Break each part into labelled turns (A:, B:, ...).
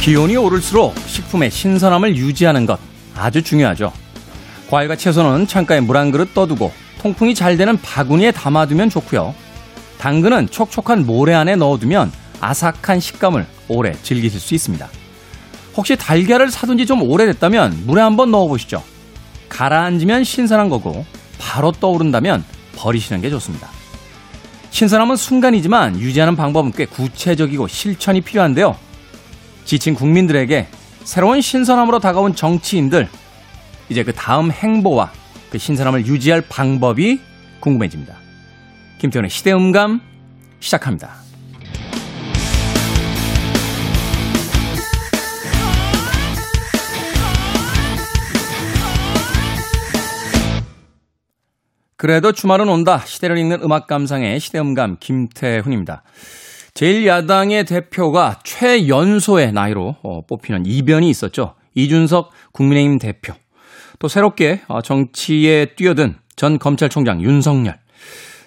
A: 기온이 오를수록 식품의 신선함을 유지하는 것 아주 중요하죠. 과일과 채소는 창가에 물 한 그릇 떠두고 통풍이 잘 되는 바구니에 담아두면 좋고요. 당근은 촉촉한 모래 안에 넣어두면 아삭한 식감을 오래 즐기실 수 있습니다. 혹시 달걀을 사둔 지 좀 오래됐다면 물에 한번 넣어보시죠. 가라앉으면 신선한 거고 바로 떠오른다면 버리시는 게 좋습니다. 신선함은 순간이지만 유지하는 방법은 꽤 구체적이고 실천이 필요한데요. 지친 국민들에게 새로운 신선함으로 다가온 정치인들, 이제 그 다음 행보와 그 신선함을 유지할 방법이 궁금해집니다. 김태훈의 시대음감 시작합니다. 그래도 주말은 온다. 시대를 읽는 음악 감상의 시대음감 김태훈입니다. 제1야당의 대표가 최연소의 나이로 어, 뽑히는 이변이 있었죠. 이준석 국민의힘 대표. 또 새롭게 어, 정치에 뛰어든 전 검찰총장 윤석열.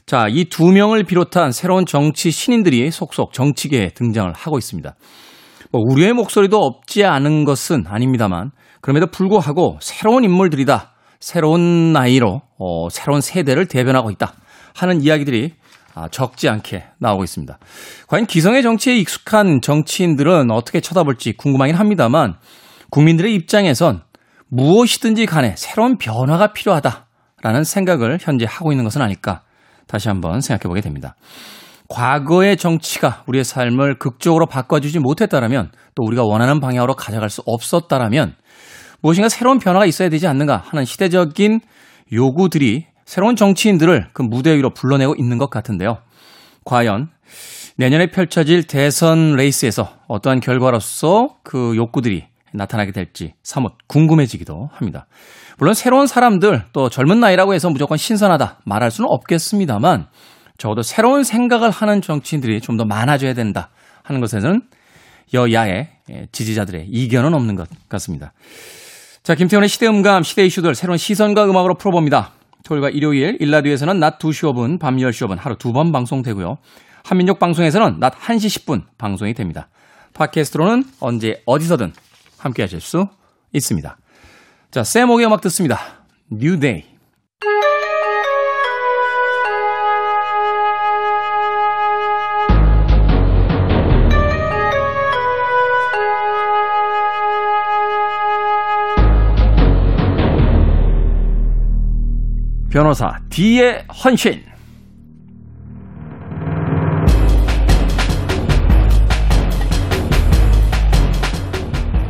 A: 자, 이 두 명을 비롯한 새로운 정치 신인들이 속속 정치계에 등장을 하고 있습니다. 뭐 우리의 목소리도 없지 않은 것은 아닙니다만 그럼에도 불구하고 새로운 인물들이다. 새로운 나이로 어, 새로운 세대를 대변하고 있다 하는 이야기들이 아, 적지 않게 나오고 있습니다. 과연 기성의 정치에 익숙한 정치인들은 어떻게 쳐다볼지 궁금하긴 합니다만 국민들의 입장에선 무엇이든지 간에 새로운 변화가 필요하다라는 생각을 현재 하고 있는 것은 아닐까 다시 한번 생각해 보게 됩니다. 과거의 정치가 우리의 삶을 극적으로 바꿔주지 못했다라면 또 우리가 원하는 방향으로 가져갈 수 없었다라면 무엇인가 새로운 변화가 있어야 되지 않는가 하는 시대적인 요구들이 새로운 정치인들을 그 무대 위로 불러내고 있는 것 같은데요. 과연 내년에 펼쳐질 대선 레이스에서 어떠한 결과로서 그 욕구들이 나타나게 될지 사뭇 궁금해지기도 합니다. 물론 새로운 사람들 또 젊은 나이라고 해서 무조건 신선하다 말할 수는 없겠습니다만 적어도 새로운 생각을 하는 정치인들이 좀 더 많아져야 된다 하는 것에는 여야의 지지자들의 이견은 없는 것 같습니다. 자, 김태훈의 시대음감, 시대 이슈들 새로운 시선과 음악으로 풀어봅니다. 토요일과 일요일 일라디오에서는 낮 2시 5분, 밤 10시 5분 하루 두 번 방송되고요. 한민족 방송에서는 낮 1시 10분 방송이 됩니다. 팟캐스트로는 언제 어디서든 함께 하실 수 있습니다. 자, 쌤옥의 음악 듣습니다. 뉴 데이. 변호사 D의 헌신.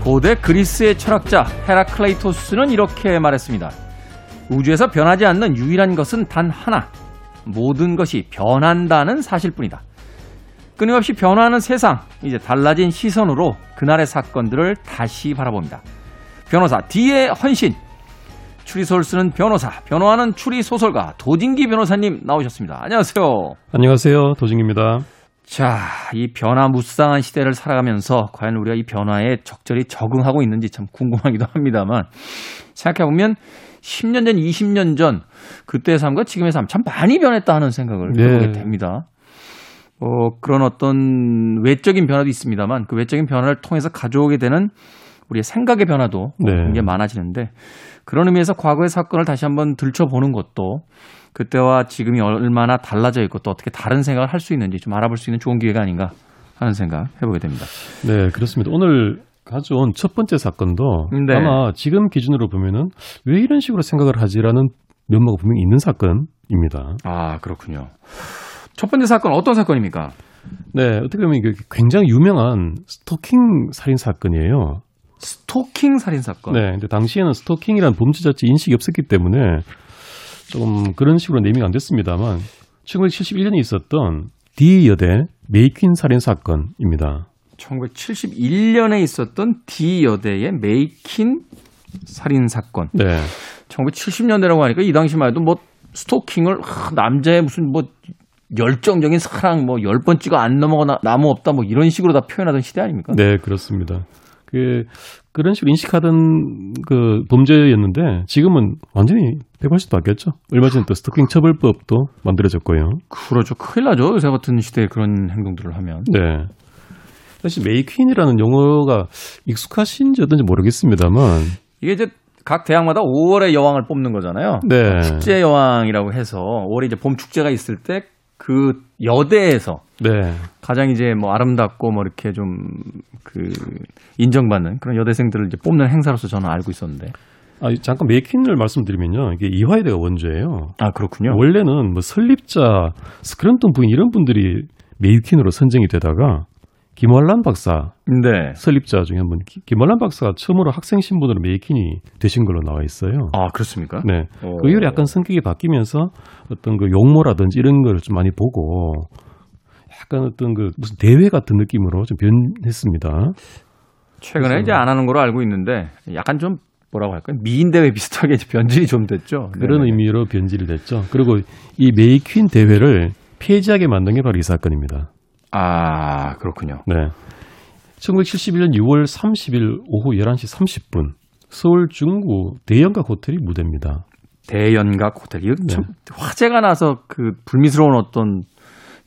A: 고대 그리스의 철학자 헤라클레이토스는 이렇게 말했습니다. 우주에서 변하지 않는 유일한 것은 단 하나. 모든 것이 변한다는 사실뿐이다. 끊임없이 변화하는 세상, 이제 달라진 시선으로 그날의 사건들을 다시 바라봅니다. 변호사 D의 헌신. 추리소설 쓰는 변호사, 변호하는 추리소설가 도진기 변호사님 나오셨습니다. 안녕하세요.
B: 안녕하세요. 도진기입니다.
A: 자, 이 변화 무쌍한 시대를 살아가면서 과연 우리가 이 변화에 적절히 적응하고 있는지 참 궁금하기도 합니다만 생각해보면 10년 전, 20년 전 그때의 삶과 지금의 삶 참 많이 변했다 하는 생각을
B: 네.
A: 해보게 됩니다. 어, 그런 어떤 외적인 변화도 있습니다만 그 외적인 변화를 통해서 가져오게 되는 우리의 생각의 변화도
B: 네.
A: 굉장히 많아지는데 그런 의미에서 과거의 사건을 다시 한번 들춰보는 것도 그때와 지금이 얼마나 달라져 있고 또 어떻게 다른 생각을 할 수 있는지 좀 알아볼 수 있는 좋은 기회가 아닌가 하는 생각 해보게 됩니다.
B: 네, 그렇습니다. 오늘 가져온 첫 번째 사건도
A: 네.
B: 아마 지금 기준으로 보면은 왜 이런 식으로 생각을 하지라는 면모가 분명히 있는 사건입니다.
A: 아 그렇군요. 첫 번째 사건 어떤 사건입니까?
B: 네, 어떻게 보면 이게 굉장히 유명한 스토킹 살인 사건이에요.
A: 스토킹 살인 사건.
B: 네, 근데 당시에는 스토킹이라는 범죄 자체 인식이 없었기 때문에 조금 그런 식으로 네이밍 안 됐습니다만 1971년에 있었던 D 여대 메이퀸 살인 사건입니다.
A: 1971년에 있었던 D 여대의 메이킨 살인 사건.
B: 네.
A: 1970년대라고 하니까 이 당시만 해도 뭐 스토킹을 하, 남자의 무슨 뭐 열정적인 사랑 뭐 열 번 찍어 안 넘어가 나무 없다 뭐 이런 식으로 다 표현하던 시대 아닙니까?
B: 네, 그렇습니다. 그 그런 식으로 인식하던 그 범죄였는데 지금은 완전히 180도 바뀌었죠. 얼마 전에 또 스토킹 처벌법도 만들어졌고요.
A: 그렇죠. 큰일 나죠. 요새 같은 시대에 그런 행동들을 하면.
B: 네. 사실 메이퀸이라는 용어가 익숙하신지 어떤지 모르겠습니다만
A: 이게 이제 각 대학마다 5월의 여왕을 뽑는 거잖아요.
B: 네.
A: 축제 여왕이라고 해서 5월에 이제 봄 축제가 있을 때 그 여대에서
B: 네.
A: 가장 이제 뭐 아름답고 뭐 이렇게 좀 그 인정받는 그런 여대생들을 이제 뽑는 행사로서 저는 알고 있었는데.
B: 아, 잠깐 메이퀸을 말씀드리면요. 이게 이화여대가 원조예요.
A: 아, 그렇군요.
B: 원래는 뭐 설립자 스크램턴 부인 이런 분들이 메이퀸으로 선정이 되다가 김월란 박사
A: 네.
B: 설립자 중에 한 분, 기- 김월란 박사가 처음으로 학생 신분으로 메이킨이 되신 걸로 나와 있어요.
A: 아, 그렇습니까?
B: 네.
A: 어.
B: 그 이후로 약간 성격이 바뀌면서 어떤 그 용모라든지 이런 걸 좀 많이 보고 약간 어떤 그 무슨 대회 같은 느낌으로 좀 변했습니다.
A: 최근에 이제 안 하는 걸로 알고 있는데 약간 좀 뭐라고 할까요? 미인 대회 비슷하게 이제 변질이 좀 됐죠.
B: 그런
A: 네네.
B: 의미로 변질이 됐죠. 그리고 이 메이퀸 대회를 폐지하게 만든 게 바로 이 사건입니다.
A: 아, 그렇군요.
B: 네. 1971년 6월 30일 오후 11시 30분 서울 중구 대형가 호텔이 무대입니다.
A: 대연각 호텔. 이거
B: 네.
A: 참 화제가 나서 그 불미스러운 어떤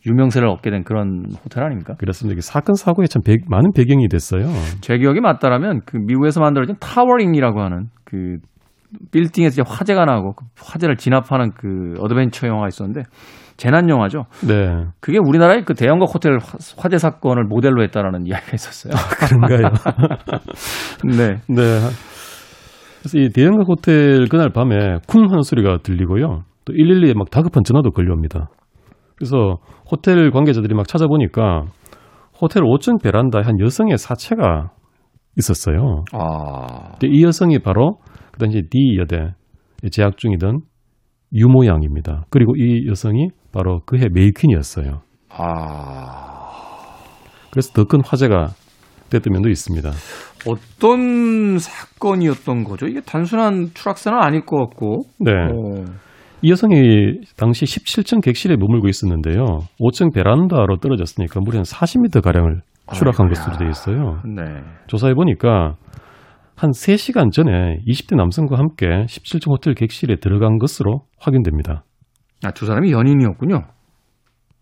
A: 유명세를 얻게 된 그런 호텔 아닙니까?
B: 그렇습니다. 이게 사건 사고에 참 배- 많은 배경이 됐어요.
A: 제 기억이 맞다라면 그 미국에서 만들어진 타워링이라고 하는 그 빌딩에서 이제 화재가 나고 그 화재를 진압하는 그 어드벤처 영화가 있었는데 재난 영화죠.
B: 네.
A: 그게 우리나라의 그 대형가 호텔 화- 화재 사건을 모델로 했다라는 이야기가 있었어요.
B: 그런가요?
A: 네.
B: 네. 그래서 이 대형가 호텔 그날 밤에 쿵 하는 소리가 들리고요. 또 112에 막 다급한 전화도 걸려옵니다. 그래서 호텔 관계자들이 막 찾아보니까 호텔 5층 베란다에 한 여성의 사체가 있었어요.
A: 아.
B: 근데 이 여성이 바로 그 당시 D 여대 재학 중이던 유모양입니다. 그리고 이 여성이 바로 그해 메이퀸이었어요.
A: 아.
B: 그래서 더 큰 화제가 됐던 면도 있습니다.
A: 어떤 사건이었던 거죠? 이게 단순한 추락사는 아닐 것 같고.
B: 네.
A: 어.
B: 이 여성이 당시 17층 객실에 머물고 있었는데요. 5층 베란다로 떨어졌으니까 무려 40m 가량을 추락한
A: 아이고야.
B: 것으로 되어 있어요.
A: 네.
B: 조사해 보니까 한 3시간 전에 20대 남성과 함께 17층 호텔 객실에 들어간 것으로 확인됩니다.
A: 아, 두 사람이 연인이었군요.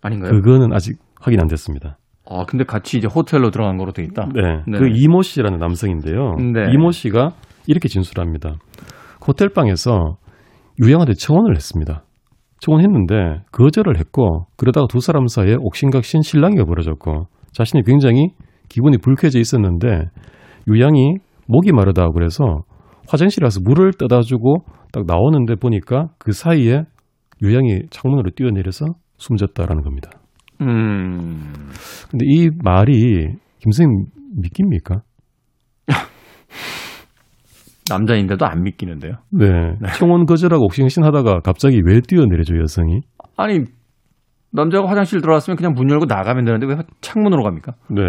A: 아닌가요?
B: 그거는 아직 확인 안 됐습니다.
A: 아, 근데 같이 이제 호텔로 들어간 거로 돼 있다.
B: 네.
A: 네.
B: 그 이모 씨라는 남성인데요.
A: 네.
B: 이모 씨가 이렇게 진술합니다. 호텔방에서 유양한테 청혼을 했습니다. 청혼했는데 거절을 했고 그러다가 두 사람 사이에 옥신각신 신랑이가 벌어졌고 자신이 굉장히 기분이 불쾌해져 있었는데 유양이 목이 마르다고 그래서 화장실에 가서 물을 떠다 주고 딱 나오는데 보니까 그 사이에 유양이 창문으로 뛰어내려서 숨졌다라는 겁니다.
A: 음.
B: 근데 이 말이 김선생님 믿깁니까?
A: 남자인데도 안 믿기는데요.
B: 네. 청혼 거절하고 옥신신하다가 갑자기 왜 뛰어내려죠 여성이?
A: 아니 남자가 화장실 들어왔으면 그냥 문 열고 나가면 되는데 왜 창문으로 갑니까?
B: 네.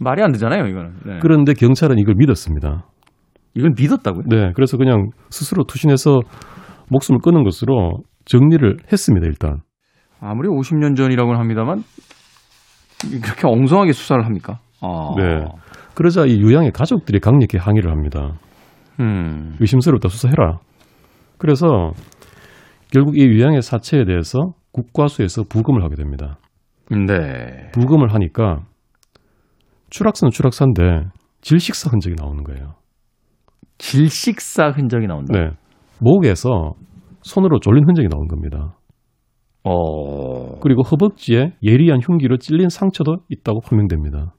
A: 말이 안 되잖아요, 이거는. 네.
B: 그런데 경찰은 이걸 믿었습니다.
A: 이걸 믿었다고요?
B: 네. 그래서 그냥 스스로 투신해서 목숨을 끊은 것으로 정리를 했습니다. 일단.
A: 아무리 50년 전이라고는 합니다만 그렇게 엉성하게 수사를 합니까? 아.
B: 네. 그러자 이 유양의 가족들이 강력히 항의를 합니다.
A: 음.
B: 의심스럽다 수사해라. 그래서 결국 이 유양의 사체에 대해서 국과수에서 부검을 하게 됩니다.
A: 네.
B: 부검을 하니까 추락사는 추락사인데 질식사 흔적이 나오는 거예요.
A: 질식사 흔적이 나온다.
B: 네. 목에서 손으로 졸린 흔적이 나온 겁니다.
A: 어.
B: 그리고 허벅지에 예리한 흉기로 찔린 상처도 있다고 판명됩니다.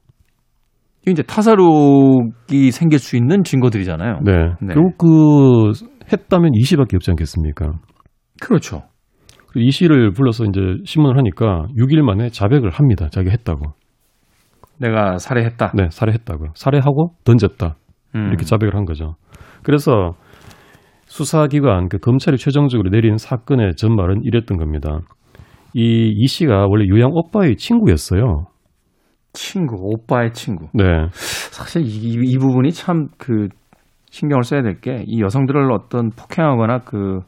A: 이게 이제 타사록이 생길 수 있는 증거들이잖아요.
B: 네.
A: 네.
B: 결국 그 했다면 이 씨밖에 없지 않겠습니까?
A: 그렇죠.
B: 그리고 이 씨를 불러서 이제 신문을 하니까 6일 만에 자백을 합니다. 자기가 했다고.
A: 내가 살해했다.
B: 네, 살해했다고요. 살해하고 던졌다.
A: 음.
B: 이렇게 자백을 한 거죠. 그래서 수사기관 그 검찰이 최종적으로 내린 사건의 전말은 이랬던 겁니다. 이 이 씨가 원래 유양 오빠의 친구였어요.
A: 친구, 오빠의 친구.
B: 네,
A: 사실 이, 이- 이 부분이 참 그 신경을 써야 될 게 이 여성들을 어떤 폭행하거나 그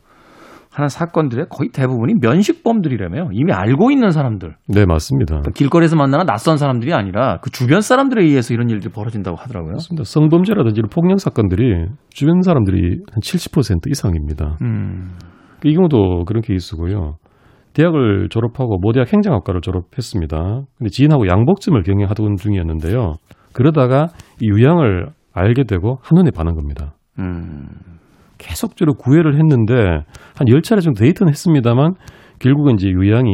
A: 하는 사건들의 거의 대부분이 면식범들이라며 이미 알고 있는 사람들
B: 네 맞습니다.
A: 그러니까 길거리에서 만나는 낯선 사람들이 아니라 그 주변 사람들에 의해서 이런 일들이 벌어진다고 하더라고요.
B: 맞습니다. 성범죄라든지 이런 폭력 사건들이 주변 사람들이 한 70% 이상입니다.
A: 음,
B: 이 경우도 그런 케이스고요. 대학을 졸업하고 모대학 행정학과를 졸업했습니다. 근데 지인하고 양복점을 경영하던 중이었는데요. 그러다가 이 유양을 알게 되고 한눈에 반한 겁니다.
A: 음.
B: 계속적으로 구애를 했는데 한 10차례 정도 데이트는 했습니다만 결국은 이제 유양이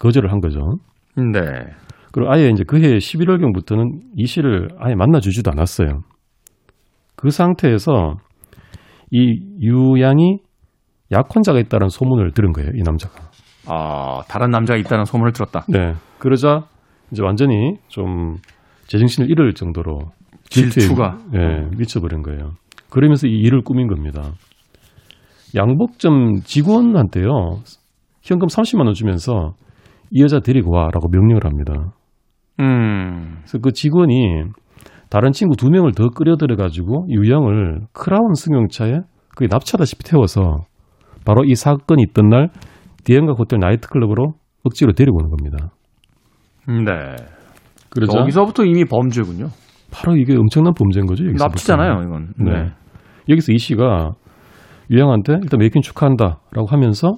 B: 거절을 한 거죠.
A: 네.
B: 그리고 아예 이제 그해 11월경부터는 이 씨를 아예 만나주지도 않았어요. 그 상태에서 이 유양이 약혼자가 있다는 소문을 들은 거예요, 이 남자가.
A: 아, 다른 남자가 있다는 소문을 들었다.
B: 네. 그러자 이제 완전히 좀 제정신을 잃을 정도로 질투에
A: 질투가.
B: 예, 미쳐버린 거예요. 그러면서 이 일을 꾸민 겁니다. 양복점 직원한테요, 현금 30만 원 주면서 이 여자 데리고 와라고 명령을 합니다.
A: 음.
B: 그래서 그 직원이 다른 친구 두 명을 더 끌어들여 가지고 유영을 크라운 승용차에 그게 납치하다시피 태워서 바로 이 사건이 있던 날 디엠가 호텔 나이트클럽으로 억지로 데리고 오는 겁니다.
A: 네.
B: 그러자
A: 여기서부터 이미 범죄군요.
B: 바로 이게 엄청난 범죄인 거죠. 여기서부터.
A: 납치잖아요, 이건.
B: 네. 여기서 이 씨가 유영한테 일단 메이킹 축하한다라고 하면서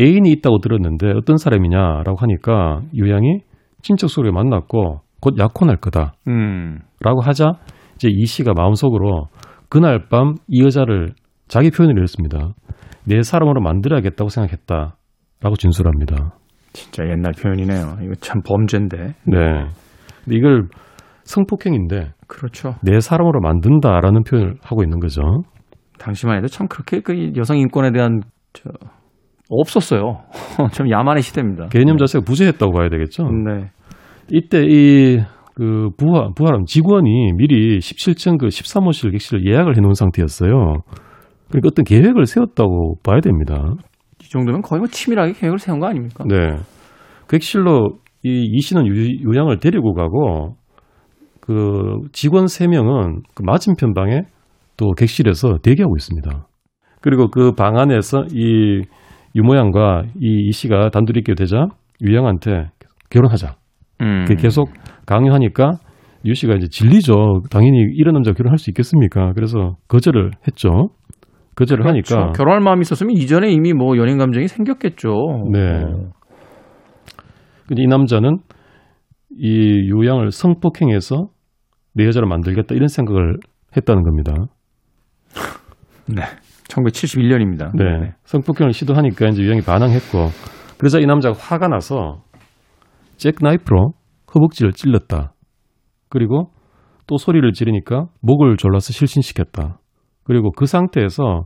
B: 애인이 있다고 들었는데 어떤 사람이냐라고 하니까 유영이 친척 소리에 만났고 곧 약혼할 거다.
A: 음.
B: 라고 하자 이제 이 씨가 마음속으로 그날 밤 이 여자를 자기 표현을 이랬습니다. 내 사람으로 만들어야겠다고 생각했다. 라고 진술합니다.
A: 진짜 옛날 표현이네요. 이거 참 범죄인데.
B: 네. 근데 이걸 성폭행인데
A: 그렇죠.
B: 내 사람으로 만든다라는 표현을 하고 있는 거죠.
A: 당시만 해도 참 그렇게 그 여성 인권에 대한 저 없었어요. 참 야만의 시대입니다.
B: 개념 자체가 부재했다고 봐야 되겠죠.
A: 네.
B: 이때 이 그 부하 부하람 직원이 미리 17층 그 13호실 객실을 예약을 해 놓은 상태였어요. 그러니까 어떤 계획을 세웠다고 봐야 됩니다.
A: 이 정도면 거의 뭐 치밀하게 계획을 세운 거 아닙니까?
B: 네. 객실로 이, 이 씨는 유, 요양을 데리고 가고 그 직원 세명은그 맞은편 방에 또 객실에서 대기하고 있습니다. 그리고 그 방 안에서 이 유모양과 이, 이 씨가 단둘이 있게 되자 유양한테 결혼하자.
A: 음.
B: 네. 그게 계속 강요하니까 유 씨가 이제 진리죠. 당연히 이런 남자 결혼할 수 있겠습니까? 그래서 거절을 했죠. 거절을
A: 그렇죠.
B: 하니까
A: 결혼할 마음이 있었으면 이전에 이미 뭐 연인 감정이 생겼겠죠.
B: 네.
A: 어.
B: 근데 이 남자는 이 요양을 성폭행해서 내 여자를 만들겠다 이런 생각을 했다는 겁니다.
A: 1971년입니다.
B: 네. 성폭행을 시도하니까 이제 요양이 반항했고 그러자 이 남자가 화가 나서 잭나이프로 허벅지를 찔렀다. 그리고 또 소리를 지르니까 목을 졸라서 실신시켰다. 그리고 그 상태에서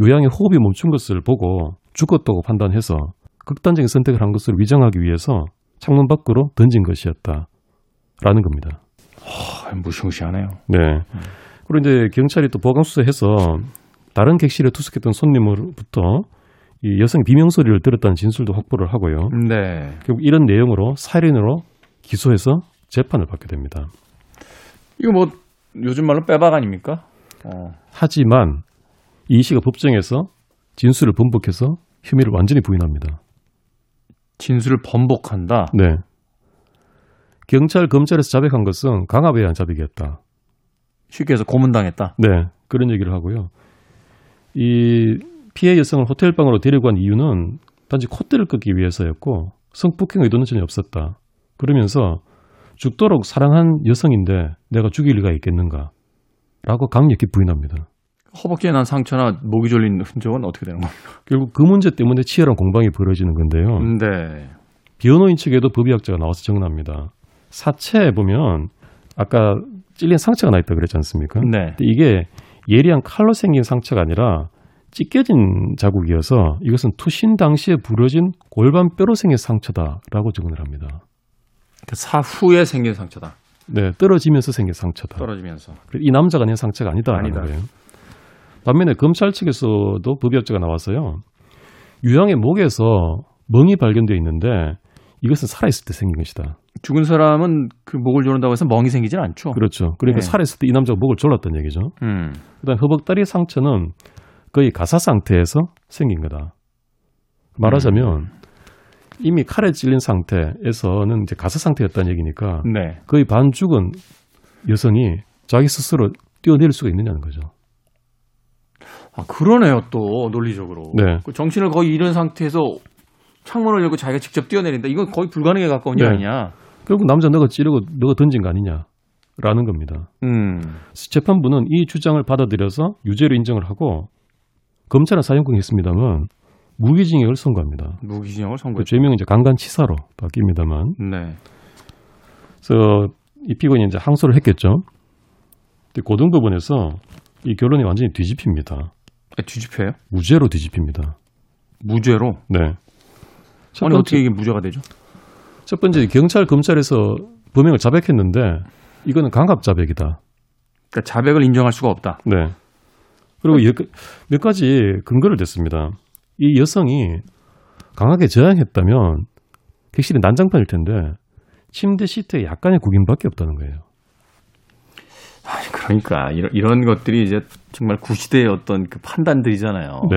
B: 요양의 호흡이 멈춘 것을 보고 죽었다고 판단해서 극단적인 선택을 한 것을 위장하기 위해서 창문 밖으로 던진 것이었다. 라는 겁니다.
A: 아, 무시무시하네요.
B: 네. 그리고 이제 경찰이 또 보강 수사해서 다른 객실에 투숙했던 손님으로부터 이 여성 비명 소리를 들었다는 진술도 확보를 하고요.
A: 네.
B: 결국 이런 내용으로 살인으로 기소해서 재판을 받게 됩니다.
A: 이거 뭐 요즘 말로 빼박 아닙니까? 어.
B: 하지만 이 씨가 법정에서 진술을 번복해서 혐의를 완전히 부인합니다.
A: 진술을 번복한다.
B: 네. 경찰 검찰에서 자백한 것은 강압에 의한 자백이었다.
A: 쉽게 해서 고문당했다.
B: 네, 그런 얘기를 하고요. 이 피해 여성을 호텔 방으로 데리고 간 이유는 단지 콧대를 끊기 위해서였고 성폭행 의도는 전혀 없었다. 그러면서 죽도록 사랑한 여성인데 내가 죽일 리가 있겠는가? 라고 강력히 부인합니다.
A: 허벅지에 난 상처나 목이 졸린 흔적은 어떻게 되는 겁니까?
B: 결국 그 문제 때문에 치열한 공방이 벌어지는 건데요.
A: 네.
B: 변호인 측에도 법의학자가 나와서 정리합니다. 사체에 보면 아까 찔린 상처가 나 있다 그랬지 않습니까?
A: 네.
B: 근데 이게 예리한 칼로 생긴 상처가 아니라 찢겨진 자국이어서 이것은 투신 당시에 부러진 골반뼈로 생긴 상처다라고 증언을 합니다.
A: 그 사후에 생긴 상처다.
B: 네, 떨어지면서 생긴 상처다.
A: 떨어지면서.
B: 그래서 이 남자가 낸 상처가 아니다라는
A: 아니다.
B: 거예요. 반면에 검찰 측에서도 법의학자가 나와서요. 유양의 목에서 멍이 발견되어 있는데 이것은 살아있을 때 생긴 것이다.
A: 죽은 사람은 그 목을 조른다고 해서 멍이 생기진 않죠.
B: 그렇죠. 그러니까
A: 네.
B: 살아있을 때 이 남자가 목을 졸랐다는 얘기죠.
A: 음.
B: 그다음 허벅다리 상처는 거의 가사 상태에서 생긴 거다. 말하자면 이미 칼에 찔린 상태에서는 이제 가사 상태였다는 얘기니까
A: 네.
B: 거의 반 죽은 여성이 자기 스스로 뛰어내릴 수가 있느냐는 거죠.
A: 아, 그러네요, 또, 논리적으로.
B: 네.
A: 그 정신을 거의 잃은 상태에서 창문을 열고 자기가 직접 뛰어내린다. 이건 거의 불가능에 가까운 일
B: 네.
A: 아니냐.
B: 결국 남자 너가 찌르고 너가 던진 거 아니냐. 라는 겁니다.
A: 음.
B: 재판부는 이 주장을 받아들여서 유죄로 인정을 하고 검찰은 사형권 했습니다만 무기징역을 선고합니다.
A: 무기징역을
B: 그
A: 선고했죠.
B: 죄명은 이제 강간치사로 바뀝니다만
A: 네.
B: 그래서 이 피고인이 이제 항소를 했겠죠. 근데 그 고등법원에서 이 결론이 완전히 뒤집힙니다.
A: 아, 뒤집혀요?
B: 무죄로 뒤집힙니다.
A: 무죄로?
B: 네. 첫
A: 아니
B: 번째,
A: 어떻게 이게 무죄가 되죠?
B: 첫 번째 경찰 검찰에서 범행을 자백했는데 이거는 강압 자백이다.
A: 그러니까 자백을 인정할 수가 없다.
B: 네. 그리고 여- 몇 가지 근거를 댔습니다. 이 여성이 강하게 저항했다면 객실이 난장판일 텐데 침대 시트에 약간의 구김밖에 없다는 거예요.
A: 아니, 그러니까 이런, 이런 것들이 이제 정말 구시대의 어떤 그 판단들이잖아요.
B: 네.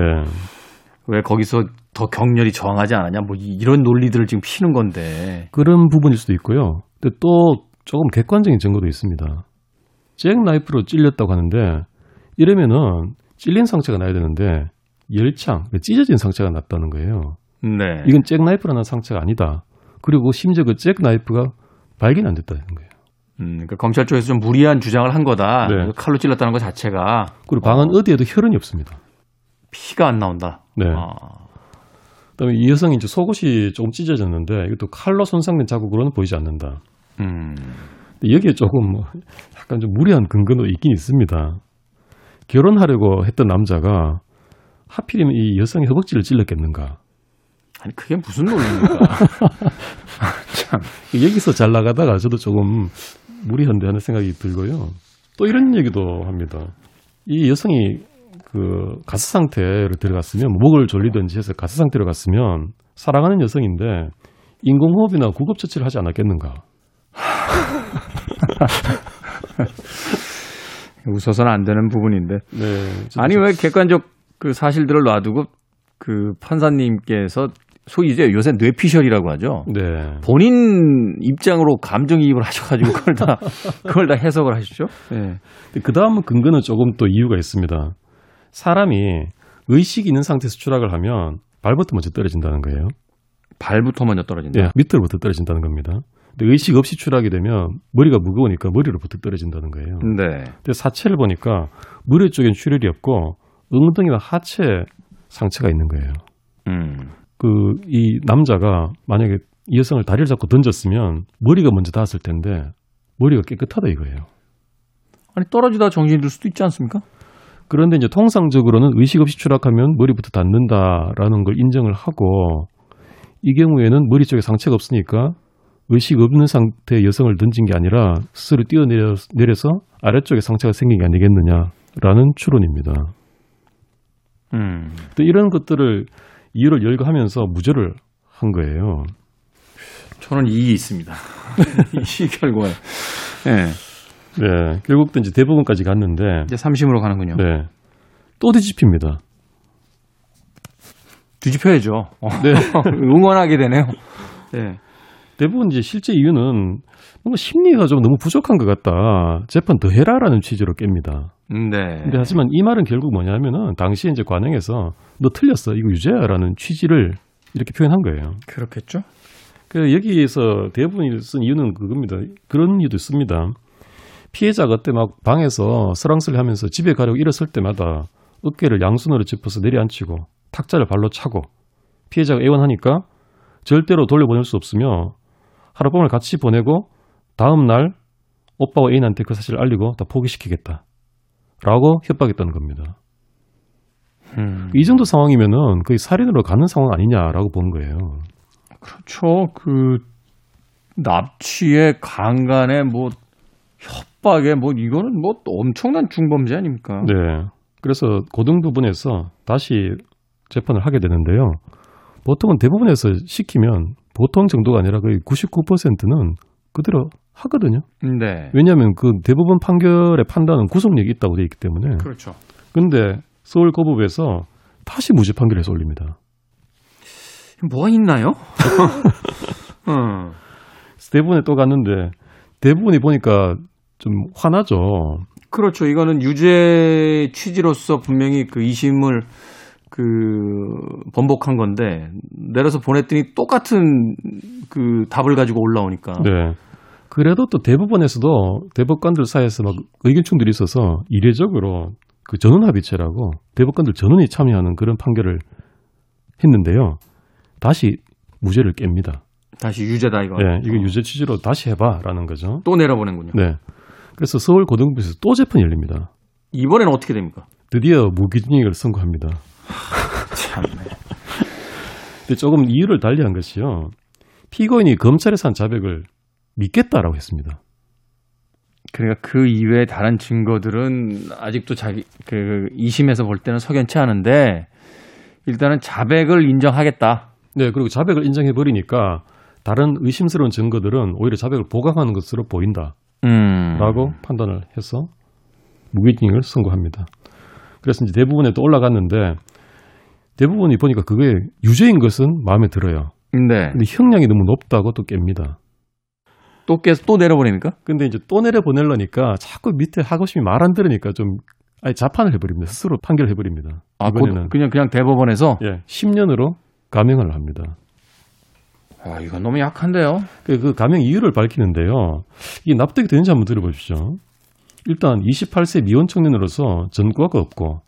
A: 왜 거기서 더 격렬히 저항하지 않았냐? 뭐 이- 이런 논리들을 지금 피는 건데.
B: 그런 부분일 수도 있고요. 근데 또 조금 객관적인 증거도 있습니다. 잭나이프로 찔렸다고 하는데 이러면은 찔린 상처가 나야 되는데 열창, 찢어진 상처가 났다는 거예요.
A: 네.
B: 이건 잭나이프라는 상처가 아니다. 그리고 심지어 그 잭나이프가 발견 안 됐다는 거예요.
A: 음, 그러니까 검찰 쪽에서 좀 무리한 주장을 한 거다.
B: 네.
A: 칼로 찔렀다는 것 자체가
B: 그리고 방안 어디에도 혈흔이 없습니다.
A: 피가 안 나온다.
B: 네.
A: 아,
B: 그다음에 이 여성이 이제 속옷이 조금 찢어졌는데 이것도 칼로 손상된 자국으로는 보이지 않는다.
A: 음.
B: 근데 여기에 조금 뭐 약간 좀 무리한 근거도 있긴 있습니다. 결혼하려고 했던 남자가 하필이면 이 여성의 허벅지를 찔렀겠는가.
A: 아니 그게 무슨 논리입니까?
B: 여기서 잘 나가다가 저도 조금 무리한데 하는 생각이 들고요. 또 이런 얘기도 합니다. 이 여성이 그 가스 상태로 들어갔으면 목을 졸리든지 해서 가스 상태로 갔으면 사랑하는 여성인데 인공호흡이나 구급 처치를 하지 않았겠는가.
A: 웃어서는 안 되는 부분인데.
B: 네. 저-
A: 아니 왜 객관적 그 사실들을 놔두고 그 판사님께서 소위 이제 요새 뇌피셜이라고 하죠.
B: 네.
A: 본인 입장으로 감정이입을 하셔가지고 그걸 다 그걸 다 해석을 하시죠. 네.
B: 그 다음 근거는 조금 또 이유가 있습니다. 사람이 의식이 있는 상태에서 추락을 하면 발부터 먼저 떨어진다는 거예요.
A: 발부터 먼저 떨어진다.
B: 예, 밑으로부터 떨어진다는 겁니다. 근데 의식 없이 추락이 되면 머리가 무거우니까 머리로부터 떨어진다는 거예요.
A: 네.
B: 근데 사체를 보니까 머리 쪽엔 출혈이 없고 엉덩이나 하체 상처가 있는 거예요.
A: 음.
B: 그 이 남자가 만약에 이 여성을 다리를 잡고 던졌으면 머리가 먼저 닿았을 텐데 머리가 깨끗하다 이거예요.
A: 아니 떨어지다 정신이 들 수도 있지 않습니까?
B: 그런데 이제 통상적으로는 의식 없이 추락하면 머리부터 닿는다라는 걸 인정을 하고 이 경우에는 머리 쪽에 상처가 없으니까 의식 없는 상태의 여성을 던진 게 아니라 스스로 뛰어내려서 아래쪽에 상처가 생긴 게 아니겠느냐라는 추론입니다.
A: 음.
B: 또 이런 것들을 이유를 열거하면서 무죄를 한 거예요.
A: 저는 이익이 있습니다. 이 결과에. 네.
B: 네, 결국 또 이제 대부분까지 갔는데
A: 이제 삼심으로 가는군요.
B: 네, 또 뒤집힙니다.
A: 뒤집혀야죠. 어,
B: 네.
A: 응원하게 되네요. 네.
B: 대부분 이제 실제 이유는 뭔가 심리가 좀 너무 부족한 것 같다. 재판 더 해라라는 취지로 깹니다.
A: 네.
B: 근데 하지만 이 말은 결국 뭐냐면은 당시에 이제 관행에서 너 틀렸어. 이거 유죄야라는 취지를 이렇게 표현한 거예요.
A: 그렇겠죠?
B: 그 여기에서 대부분이 쓴 이유는 그겁니다. 그런 이유도 있습니다. 피해자가 그때 막 방에서 서랑스를 하면서 집에 가려고 일어설 때마다 어깨를 양손으로 짚어서 내려앉히고 탁자를 발로 차고 피해자가 애원하니까 절대로 돌려보낼 수 없으며 하룻밤을 같이 보내고 다음 날 오빠와 애인한테 그 사실을 알리고 다 포기시키겠다. 라고 협박했다는 겁니다.
A: 음.
B: 이 정도 상황이면은 거의 살인으로 가는 상황 아니냐라고 보는 거예요.
A: 그렇죠. 그 납치에 강간에 뭐 협박에 뭐 이거는 뭐또 엄청난 중범죄 아닙니까?
B: 네. 그래서 고등 부분에서 다시 재판을 하게 되는데요. 보통은 대부분에서 시키면 보통 정도가 아니라 거의 99%는 그대로 하거든요.
A: 네.
B: 왜냐하면 그 대부분 판결의 판단은 구속력이 있다고 되어 있기 때문에.
A: 그렇죠.
B: 근데 서울 거부에서 다시 무죄 판결해서 올립니다.
A: 뭐가 있나요? 음.
B: 그래서 대부분에 또 갔는데 대부분이 보니까 좀 화나죠.
A: 그렇죠. 이거는 유죄 취지로서 분명히 그 이심을 그 번복한 건데 내려서 보냈더니 똑같은 그 답을 가지고 올라오니까
B: 네. 그래도 또 대법원에서도 대법관들 사이에서 막 의견 충돌이 있어서 이례적으로 그 전원 합의체라고 대법관들 전원이 참여하는 그런 판결을 했는데요. 다시 무죄를 깹니다.
A: 다시 유죄다 이거. 어.
B: 예, 이거 유죄 취지로 다시 해봐라는 거죠.
A: 또 내려보낸군요.
B: 네. 그래서 서울 고등법에서 또 재판이 열립니다.
A: 이번에는 어떻게 됩니까?
B: 드디어 무기징역을 선고합니다.
A: 참네.
B: 근데 조금 이유를 달리한 것이요. 피고인이 검찰에서 한 자백을 믿겠다라고 했습니다.
A: 그러니까 그 이외에 다른 증거들은 아직도 자기 그 이심에서 볼 때는 석연치 않은데 일단은 자백을 인정하겠다.
B: 네, 그리고 자백을 인정해 버리니까 다른 의심스러운 증거들은 오히려 자백을 보강하는 것으로 보인다라고
A: 음.
B: 판단을 해서 무기징역을 선고합니다. 그래서 이제 대부분에 또 올라갔는데 대부분이 보니까 그게 유죄인 것은 마음에 들어요.
A: 네.
B: 근데 형량이 너무 높다고 또 깹니다.
A: 또 깨서 또 내려버리니까?
B: 근데 이제 또 내려 보내려니까 자꾸 밑에 하고심이 말 안 들으니까 좀 아예 자판을 해버립니다. 스스로 판결을 해버립니다.
A: 아, 곧
B: 이번에는.
A: 그냥 그냥 대법원에서
B: 예, 10년으로 감형을 합니다.
A: 아, 이건 너무 약한데요.
B: 그, 그 감형 이유를 밝히는데요. 이게 납득이 되는지 한번 들어보십시오. 일단 28세 미혼 청년으로서 전과가 없고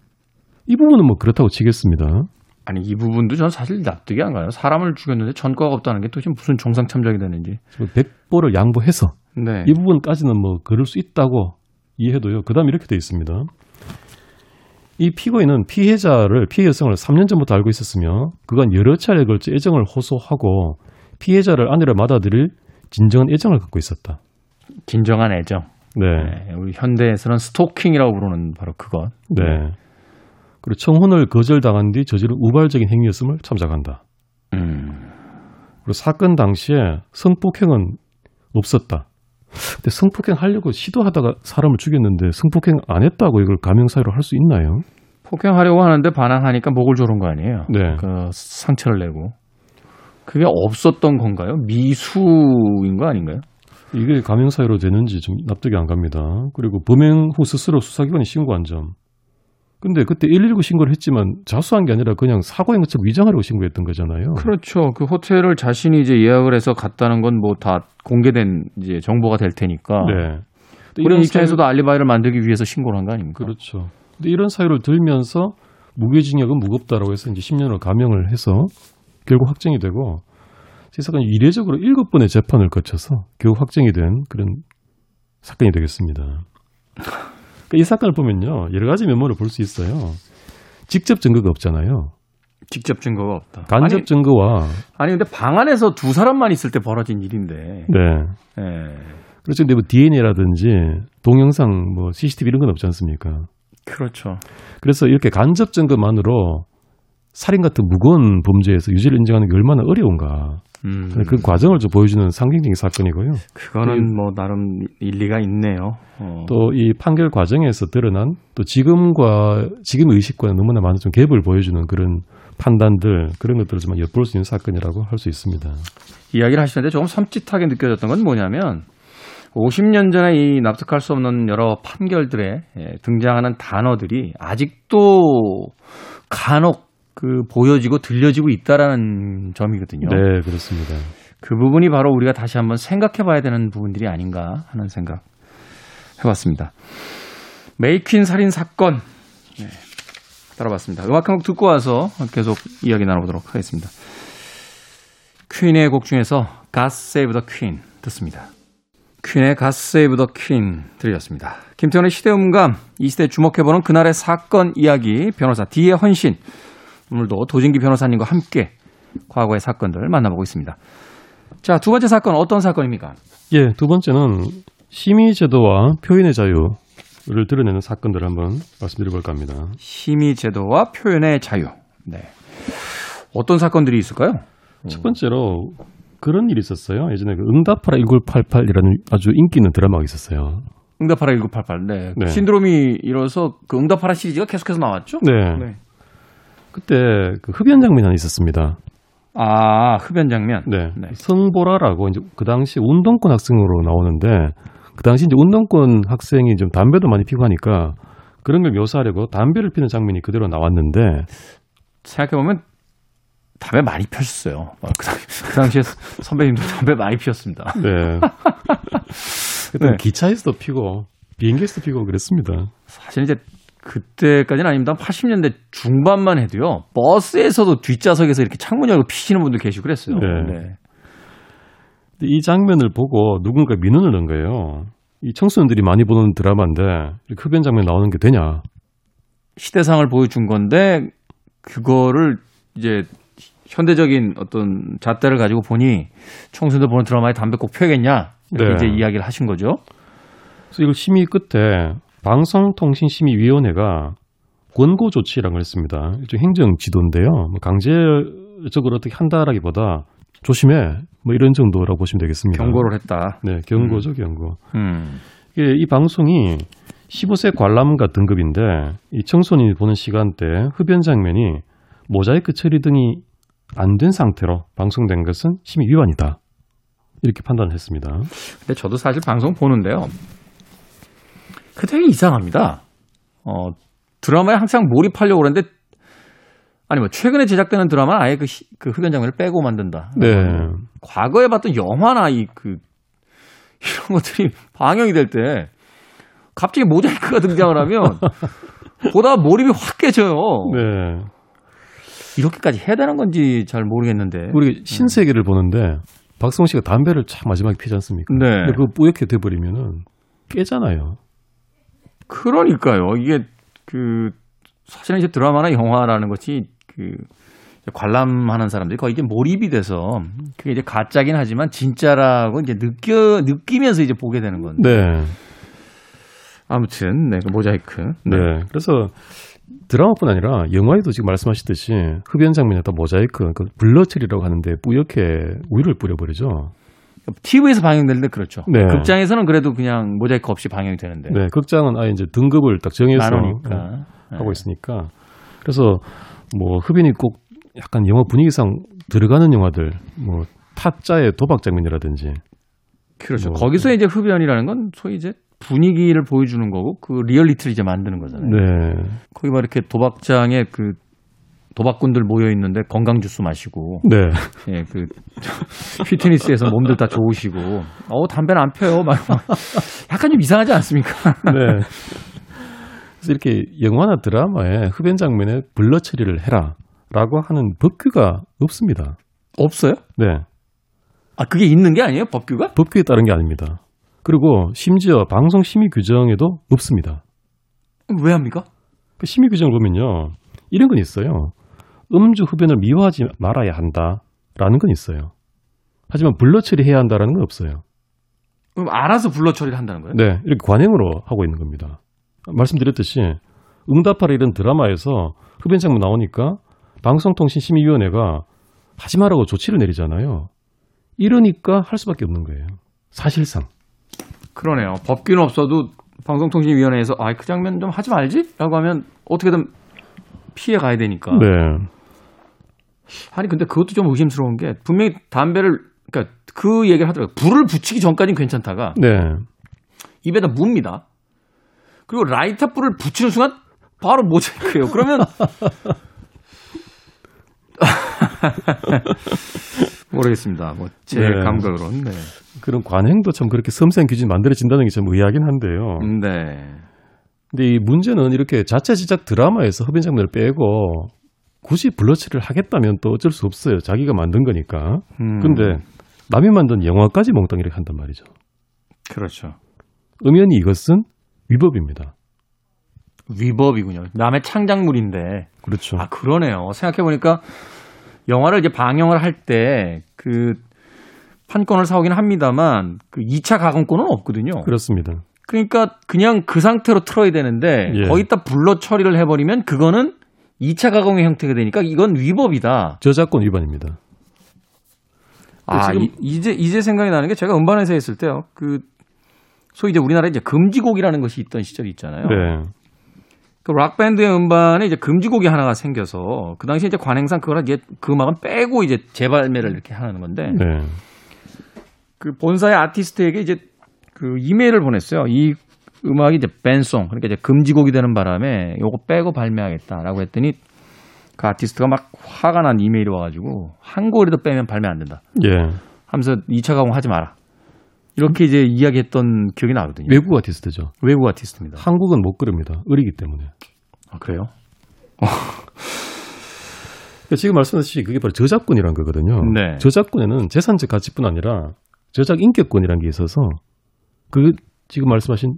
B: 이 부분은 뭐 그렇다고 치겠습니다.
A: 아니 이 부분도 저는 사실 납득이 안 가요. 사람을 죽였는데 전과가 없다는 게 도대체 무슨 정상참작이 되는지.
B: 백보를 양보해서
A: 네.
B: 이 부분까지는 뭐 그럴 수 있다고 이해해도요. 그다음 이렇게 돼 있습니다. 이 피고인은 피해자를 피해 여성을 3년 전부터 알고 있었으며 그간 여러 차례에 걸쳐 애정을 호소하고 피해자를 아내로 받아들일 진정한 애정을 갖고 있었다.
A: 진정한 애정.
B: 네.
A: 네. 우리 현대에서는 스토킹이라고 부르는 바로 그것.
B: 네. 그리고 청혼을 거절당한 뒤 저지른 우발적인 행위였음을 참작한다.
A: 음.
B: 그리고 사건 당시에 성폭행은 없었다. 근데 성폭행 하려고 시도하다가 사람을 죽였는데 성폭행 안 했다고 이걸 감형사유로 할 수 있나요?
A: 폭행하려고 하는데 반항하니까 목을 조른 거 아니에요.
B: 네.
A: 그 상처를 내고. 그게 없었던 건가요? 미수인 거 아닌가요?
B: 이게 감형사유로 되는지 좀 납득이 안 갑니다. 그리고 범행 후 스스로 수사기관에 신고한 점. 근데 그때 119 신고를 했지만 자수한 게 아니라 그냥 사고인 것처럼 위장하려고 신고했던 거잖아요.
A: 그렇죠. 그 호텔을 자신이 이제 예약을 해서 갔다는 건 뭐 다 공개된 이제 정보가 될 테니까.
B: 네. 또
A: 우리
B: 이런
A: 입장에서도 알리바이를 만들기 위해서 신고를 한 거 아닙니까?
B: 그렇죠. 근데 이런 사유를 들면서 무게징역은 무겁다라고 해서 이제 10년을 감형을 해서 결국 확정이 되고 이 사건이 이례적으로 일곱 번의 재판을 거쳐서 겨우 확정이 된 그런 사건이 되겠습니다. 그러니까 이 사건을 보면요 여러 가지 면모를 볼 수 있어요. 직접 증거가 없잖아요.
A: 직접 증거가 없다.
B: 간접
A: 아니,
B: 증거와
A: 아니 근데 방 안에서 두 사람만 있을 때 벌어진 일인데.
B: 네
A: 예.
B: 그렇죠. 근데 뭐 DNA라든지 동영상 뭐 CCTV 이런 건 없지 않습니까?
A: 그렇죠.
B: 그래서 이렇게 간접 증거만으로 살인 같은 무거운 범죄에서 유죄를 인정하는 게 얼마나 어려운가.
A: 음.
B: 그 과정을 좀 보여주는 상징적인 사건이고요.
A: 그거는 뭐 나름 일리가 있네요. 어.
B: 또 이 판결 과정에서 드러난 또 지금과 지금 의식과는 너무나 많은 좀 갭을 보여주는 그런 판단들 그런 것들을 좀 엿볼 수 있는 사건이라고 할 수 있습니다.
A: 이야기를 하시는데 조금 섬찟하게 느껴졌던 건 뭐냐면 50년 전에 이 납득할 수 없는 여러 판결들에 예, 등장하는 단어들이 아직도 간혹 그 보여지고 들려지고 있다라는 점이거든요.
B: 네, 그렇습니다.
A: 그 부분이 바로 우리가 다시 한번 생각해 봐야 되는 부분들이 아닌가 하는 생각 해봤습니다. 메이퀸 살인 사건 네, 따라봤습니다. 음악 한 곡 듣고 와서 계속 이야기 나눠보도록 하겠습니다. 퀸의 곡 중에서 God Save the Queen 듣습니다. 퀸의 God Save the Queen 들으셨습니다. 김태훈의 시대음감, 이 시대 주목해보는 그날의 사건 이야기, 변호사 D의 헌신, 오늘도 도진기 변호사님과 함께 과거의 사건들 만나보고 있습니다. 자, 두 번째 사건 어떤 사건입니까?
B: 예, 두 번째는 심의 제도와 표현의 자유를 드러내는 사건들을 한번 말씀드려볼까 합니다.
A: 심의 제도와 표현의 자유. 네. 어떤 사건들이 있을까요?
B: 첫 번째로 그런 일이 있었어요. 예전에 그 응답하라 1988이라는 아주 인기 있는 드라마가 있었어요.
A: 응답하라 1988. 네.
B: 네.
A: 신드롬이 일어서 그 응답하라 시리즈가 계속해서 나왔죠?
B: 네. 그때 그 흡연 장면이 하나 있었습니다.
A: 아, 흡연 장면.
B: 네.
A: 네.
B: 성보라라고 이제 그 당시 운동권 학생으로 나오는데 그 당시 이제 운동권 학생이 좀 담배도 많이 피고 하니까 그런 걸 묘사하려고 담배를 피는 장면이 그대로 나왔는데
A: 생각해보면 담배 많이 피웠어요. 어, 그, 당, 그 당시에 선배님도 담배 많이 피웠습니다.
B: 네. 그때
A: 네.
B: 기차에서도 피고 비행기에서도 피고 그랬습니다.
A: 사실 이제 그때까지는 아닙니다. 80년대 중반만 해도요. 버스에서도 뒷좌석에서 이렇게 창문 열고 피시는 분들 계시고 그랬어요.
B: 네.
A: 네.
B: 근데 이 장면을 보고 누군가 민원을 넣은 거예요. 이 청소년들이 많이 보는 드라마인데 이렇게 흡연 장면 나오는 게 되냐?
A: 시대상을 보여준 건데 그거를 이제 현대적인 어떤 잣대를 가지고 보니 청소년들 보는 드라마에 담배 꼭 펴야겠냐 이렇게
B: 네.
A: 이제 이야기를 하신 거죠.
B: 그래서 이걸 심의 끝에 방송통신심의위원회가 권고 조치라는 걸 했습니다. 일종 행정 지도인데요. 뭐 강제적으로 어떻게 한다라기보다 조심해 뭐 이런 정도라고 보시면 되겠습니다.
A: 경고를 했다.
B: 네, 경고죠, 경고.
A: 음.
B: 예, 이게 이 방송이 15세 관람가 등급인데 이 청소년이 보는 시간대 흡연 장면이 모자이크 처리 등이 안 된 상태로 방송된 것은 심의 위반이다. 이렇게 판단을 했습니다.
A: 근데 저도 사실 방송 보는데요. 그 되게 이상합니다. 어, 드라마에 항상 몰입하려고 그러는데 아니 뭐 최근에 제작되는 드라마는 아예 그, 시- 그 흡연 장면을 빼고 만든다.
B: 네.
A: 과거에 봤던 영화나 이 그 이런 것들이 방영이 될 때 갑자기 모자이크가 등장을 하면 보다 몰입이 확 깨져요.
B: 네.
A: 이렇게까지 해야 되는 건지 잘 모르겠는데.
B: 우리 신세계를 보는데 박성훈 씨가 담배를 참 마지막에 피지 않습니까?
A: 네.
B: 근데 그거 뿌옇게 돼버리면은 깨잖아요.
A: 그러니까요. 이게 그 사실은 이제 드라마나 영화라는 것이 그 관람하는 사람들이 거의 이제 몰입이 돼서 그게 이제 가짜긴 하지만 진짜라고 이제 느껴 느끼면서 이제 보게 되는 건데.
B: 네.
A: 아무튼 네, 그 모자이크.
B: 네. 그래서 드라마뿐 아니라 영화에도 지금 말씀하셨듯이 흡연 장면에다 모자이크, 그 블러 처리라고 하는데 뿌옇게 우유를 뿌려버리죠.
A: TV에서 그러니까 방영될 때 그렇죠.
B: 네.
A: 극장에서는 그래도 그냥 모자이크 없이 방영이 되는데
B: 네. 극장은 아예 이제 등급을 딱 정해서 어,
A: 만 원이니까.
B: 하고 있으니까. 그래서 뭐 흡연이 꼭 약간 영화 분위기상 들어가는 영화들, 뭐 타짜의 도박 장면이라든지.
A: 그렇죠.
B: 뭐.
A: 거기서 이제 흡연이라는 건 소위 이제 분위기를 보여주는 거고 그 리얼리티를 이제 만드는 거잖아요.
B: 네.
A: 거기 막 이렇게 도박장에 그 도박꾼들 모여 있는데 건강 주스 마시고
B: 네.
A: 예, 그 휘트니스에서 몸들 다 좋으시고 어 담배는 안 펴요. 막 약간 좀 이상하지 않습니까?
B: 네. 그래서 이렇게 영화나 드라마에 흡연 장면에 블러 처리를 해라라고 하는 법규가 없습니다.
A: 없어요?
B: 네.
A: 아 그게 있는 게 아니에요? 법규가?
B: 법규에 따른 게 아닙니다. 그리고 심지어 방송 심의 규정에도 없습니다.
A: 왜 합니까?
B: 그 심의 규정을 보면요. 이런 건 있어요. 음주 흡연을 미화하지 말아야 한다라는 건 있어요. 하지만 블러 처리해야 한다라는 건 없어요.
A: 그럼 알아서 불러 처리를 한다는 거예요?
B: 네, 이렇게 관행으로 하고 있는 겁니다. 말씀드렸듯이 응답하라 이런 드라마에서 흡연 장면 나오니까 방송통신심의위원회가 하지 말라고 조치를 내리잖아요. 이러니까 할 수밖에 없는 거예요. 사실상.
A: 그러네요. 법규는 없어도 방송통신위원회에서 아, 그 장면 좀 하지 말지라고 하면 어떻게든 피해 가야 되니까.
B: 네.
A: 아니 근데 그것도 좀 의심스러운 게 분명히 담배를 그러니까 그 얘기를 하더라고요. 불을 붙이기 전까지는 괜찮다가
B: 네.
A: 입에다 뭅니다. 그리고 라이터 불을 붙이는 순간 바로 모자이크예요. 그러면 모르겠습니다. 뭐 제
B: 네.
A: 감각으로는 네.
B: 그런 관행도 참 그렇게 섬세한 기준이 만들어진다는 게 참 의아하긴 한데요.
A: 네.
B: 근데 이 문제는 이렇게 자체 제작 드라마에서 흡연 장면을 빼고 굳이 블러치를 하겠다면 또 어쩔 수 없어요. 자기가 만든 거니까.
A: 음,
B: 근데 남이 만든 영화까지 몽땅 이렇게 한단 말이죠.
A: 그렇죠.
B: 음연히 이것은 위법입니다.
A: 위법이군요. 남의 창작물인데
B: 그렇죠.
A: 아 그러네요. 생각해 보니까 영화를 이제 방영을 할 때 그 판권을 사오긴 합니다만 그 2차 가공권은 없거든요.
B: 그렇습니다.
A: 그러니까 그냥 그 상태로 틀어야 되는데
B: 예.
A: 거기다 불러 처리를 해버리면 그거는 2차 가공의 형태가 되니까 이건 위법이다.
B: 저작권 위반입니다.
A: 아
B: 지금-
A: 이, 제 이제 생각이 나는 게 제가 음반회사에 있을 때요. 그 소위 이제 우리나라에 이제 금지곡이라는 것이 있던 시절이 있잖아요.
B: 네.
A: 그 락밴드의 음반에 이제 금지곡이 하나가 생겨서 그 당시에 이제 관행상 그걸 이제 그 음악은 빼고 이제 재발매를 이렇게 하는 건데
B: 네.
A: 그 본사의 아티스트에게 이제 그 이메일을 보냈어요. 이 음악이 이제 밴송 그러니까 이제 금지곡이 되는 바람에 요거 빼고 발매하겠다라고 했더니 그 아티스트가 막 화가 난 이메일이 와가지고 한 곡이라도 빼면 발매 안 된다.
B: 예.
A: 하면서 2차 가공하지 마라. 이렇게 이제 이야기했던 기억이 나거든요.
B: 외국 아티스트죠.
A: 외국 아티스트입니다.
B: 한국은 못 그럽니다. 의리기 때문에.
A: 아, 그래요?
B: 그러니까 지금 말씀하신 그게 바로 저작권이란 거거든요.
A: 네.
B: 저작권에는 재산적 가치뿐 아니라 저작 인격권이라는 게 있어서 그 지금 말씀하신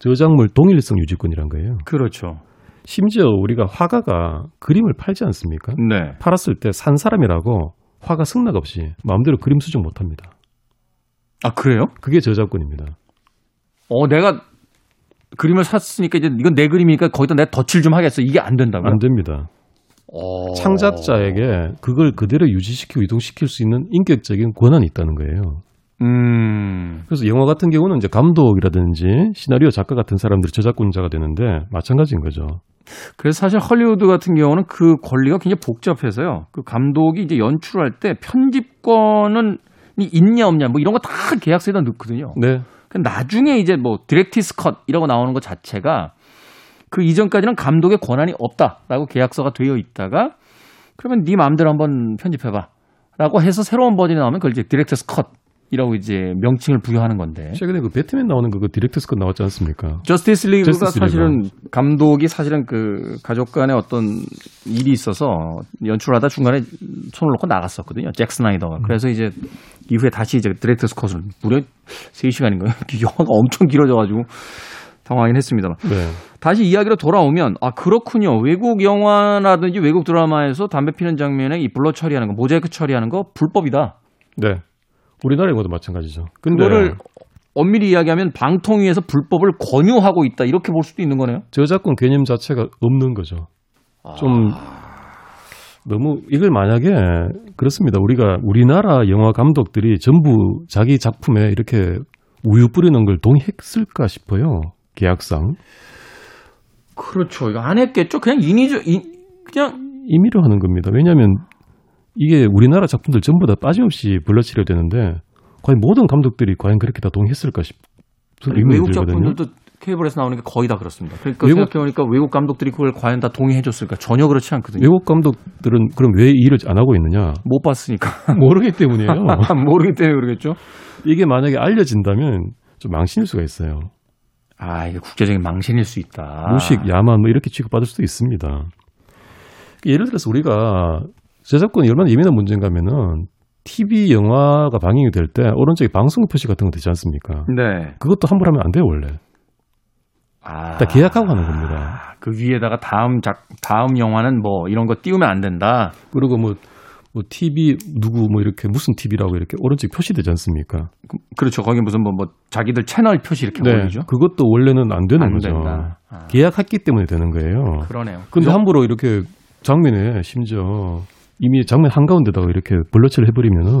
B: 저작물 동일성 유지권이란 거예요.
A: 그렇죠.
B: 심지어 우리가 화가가 그림을 팔지 않습니까?
A: 네.
B: 팔았을 때 산 사람이라고 화가 승낙 없이 마음대로 그림 수정 못 합니다.
A: 아, 그래요?
B: 그게 저작권입니다.
A: 어, 내가 그림을 샀으니까 이제 이건 내 그림이니까 거기다 내가 덧칠 좀 하겠어. 이게 안 된다고요?
B: 안 됩니다.
A: 어.
B: 창작자에게 그걸 그대로 유지시키고 이동시킬 수 있는 인격적인 권한이 있다는 거예요.
A: 음.
B: 그래서 영화 같은 경우는 이제 감독이라든지 시나리오 작가 같은 사람들이 저작권자가 되는데 마찬가지인 거죠.
A: 그래서 사실 헐리우드 같은 경우는 그 권리가 굉장히 복잡해서요. 그 감독이 이제 연출할 때 편집권은 이 있냐 없냐 뭐 이런 거 다 계약서에다 넣거든요.
B: 네.
A: 그 나중에 이제 뭐 디렉티스 컷 이라고 나오는 것 자체가 그 이전까지는 감독의 권한이 없다라고 계약서가 되어 있다가 그러면 네 마음대로 한번 편집해봐라고 해서 새로운 버전이 나오면 그걸 이제 디렉티스 컷이라고 이제 명칭을 부여하는 건데
B: 최근에 그 배트맨 나오는 그거 디렉터 스컷 나왔지 않습니까?
A: 저스티스 리그가
B: 저스티스 리그.
A: 사실은 감독이 사실은 그 가족 간에 어떤 일이 있어서 연출하다 중간에 손을 놓고 나갔었거든요. 잭 스나이더가. 그래서 이제 이후에 다시 이제 디렉터스 컷을 무려 3시간인가요? 영화가 엄청 길어져가지고 당황하긴 했습니다만.
B: 네.
A: 다시 이야기로 돌아오면 아 그렇군요. 외국 영화라든지 외국 드라마에서 담배 피는 장면에 이 블러 처리하는 거, 모자이크 처리하는 거 불법이다.
B: 네. 우리나라 영화도 마찬가지죠. 근데
A: 그거를 엄밀히 이야기하면 방통위에서 불법을 권유하고 있다. 이렇게 볼 수도 있는 거네요.
B: 저작권 개념 자체가 없는 거죠.
A: 아.
B: 좀 너무 이걸 만약에 그렇습니다. 우리가 우리나라 영화 감독들이 전부 자기 작품에 이렇게 우유 뿌리는 걸 동의했을까 싶어요. 계약상
A: 그렇죠. 이거 안 했겠죠. 그냥 인위죠. 인, 그냥
B: 임의로 하는 겁니다. 왜냐하면 이게 우리나라 작품들 전부 다 빠짐없이 불러치려 되는데 과연 모든 감독들이 과연 그렇게 다 동의했을까 싶.
A: 외국 작품들도 케이블에서 나오는 게 거의 다 그렇습니다. 그러니까
B: 외국-
A: 생각해보니까 외국 감독들이 그걸 과연 다 동의해줬을까? 전혀 그렇지 않거든요.
B: 외국 감독들은 그럼 왜 이 일을 안 하고 있느냐?
A: 못 봤으니까
B: 모르기 때문이에요.
A: 모르기 때문에 그러겠죠.
B: 이게 만약에 알려진다면 좀 망신일 수가 있어요.
A: 아 이게 국제적인 망신일 수 있다.
B: 무식, 야만 뭐 이렇게 취급받을 수도 있습니다. 예를 들어서 우리가 저작권이 얼마나 예민한 문제인가 하면은 TV 영화가 방영이 될 때 오른쪽에 방송 표시 같은 거 되지 않습니까?
A: 네.
B: 그것도 함부로 하면 안 돼요, 원래.
A: 아,
B: 다 계약하고 하는 겁니다.
A: 아, 그 위에다가 다음 작 다음 영화는 뭐 이런 거 띄우면 안 된다.
B: 그리고 뭐, 뭐 TV 누구 뭐 이렇게 무슨 TV라고 이렇게 오른쪽에 표시되지 않습니까?
A: 그렇죠. 거기 무슨 뭐, 뭐 자기들 채널 표시 이렇게 보이죠.
B: 네. 그것도 원래는 안
A: 네.
B: 되는
A: 안
B: 거죠.
A: 된다. 아,
B: 계약했기 때문에 되는 거예요.
A: 그러네요.
B: 근데
A: 요-
B: 함부로 이렇게 장면에 심지어 이미 장면 한가운데다가 이렇게 블러치를 해버리면은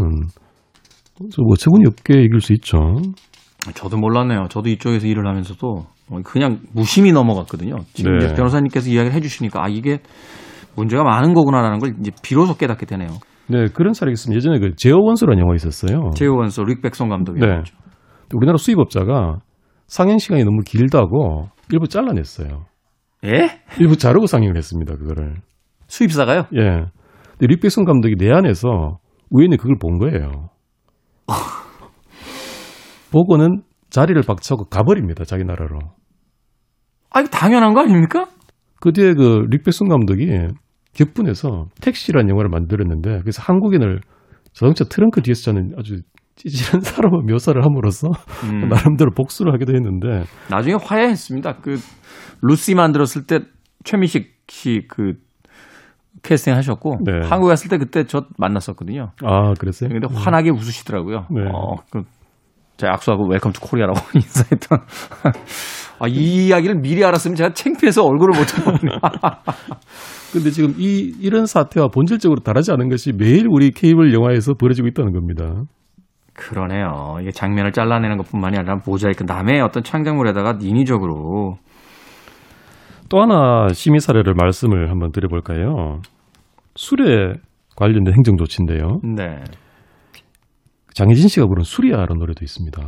B: 좀 어처구니 없게 이길 수 있죠.
A: 저도 몰랐네요. 저도 이쪽에서 일을 하면서도 그냥 무심히 넘어갔거든요. 지금
B: 네.
A: 이제 변호사님께서 이야기를 해주시니까 아 이게 문제가 많은 거구나라는 걸 이제 비로소 깨닫게 되네요.
B: 네, 그런 사례가 있습니다. 예전에 그 제어 원수라는 영화 있었어요.
A: 제오 원서 릭 백송 감독이
B: 네. 우리나라 수입업자가 상영 시간이 너무 길다고 일부 잘라냈어요.
A: 예?
B: 일부 자르고 상영을 했습니다. 그거를.
A: 수입사가요?
B: 예. 근데 릭백슨 감독이 내안에서 우연히 그걸 본 거예요. 보고는 자리를 박차고 가버립니다. 자기 나라로.
A: 아 이거 당연한 거 아닙니까?
B: 그 뒤에 그 릭백슨 감독이 격분해서 택시라는 영화를 만들었는데 그래서 한국인을 자동차 트렁크 뒤에서 자는 아주 찌질한 사람을 묘사를 함으로써
A: 음,
B: 나름대로 복수를 하기도 했는데
A: 나중에 화해했습니다. 그 루시 만들었을 때 최민식 씨 그 캐스팅 하셨고
B: 네.
A: 한국 갔을 때 그때 저 만났었거든요.
B: 아 그랬어요?
A: 근데 환하게 웃으시더라고요.
B: 네.
A: 어, 그, 제가 악수하고 웰컴 투 코리아라고 인사했던. 아, 이 이야기를 미리 알았으면 제가 창피해서 얼굴을 못 쳐보네요.
B: 근데 지금 이 이런 사태와 본질적으로 다르지 않은 것이 매일 우리 케이블 영화에서 벌어지고 있다는 겁니다.
A: 그러네요. 이게 장면을 잘라내는 것뿐만이 아니라 모자이크 남의 어떤 창작물에다가 인위적으로.
B: 또 하나 심의 사례를 말씀을 한번 드려볼까요? 술에 관련된 행정 조치인데요.
A: 네.
B: 장혜진 씨가 부른 수리야라는 노래도 있습니다.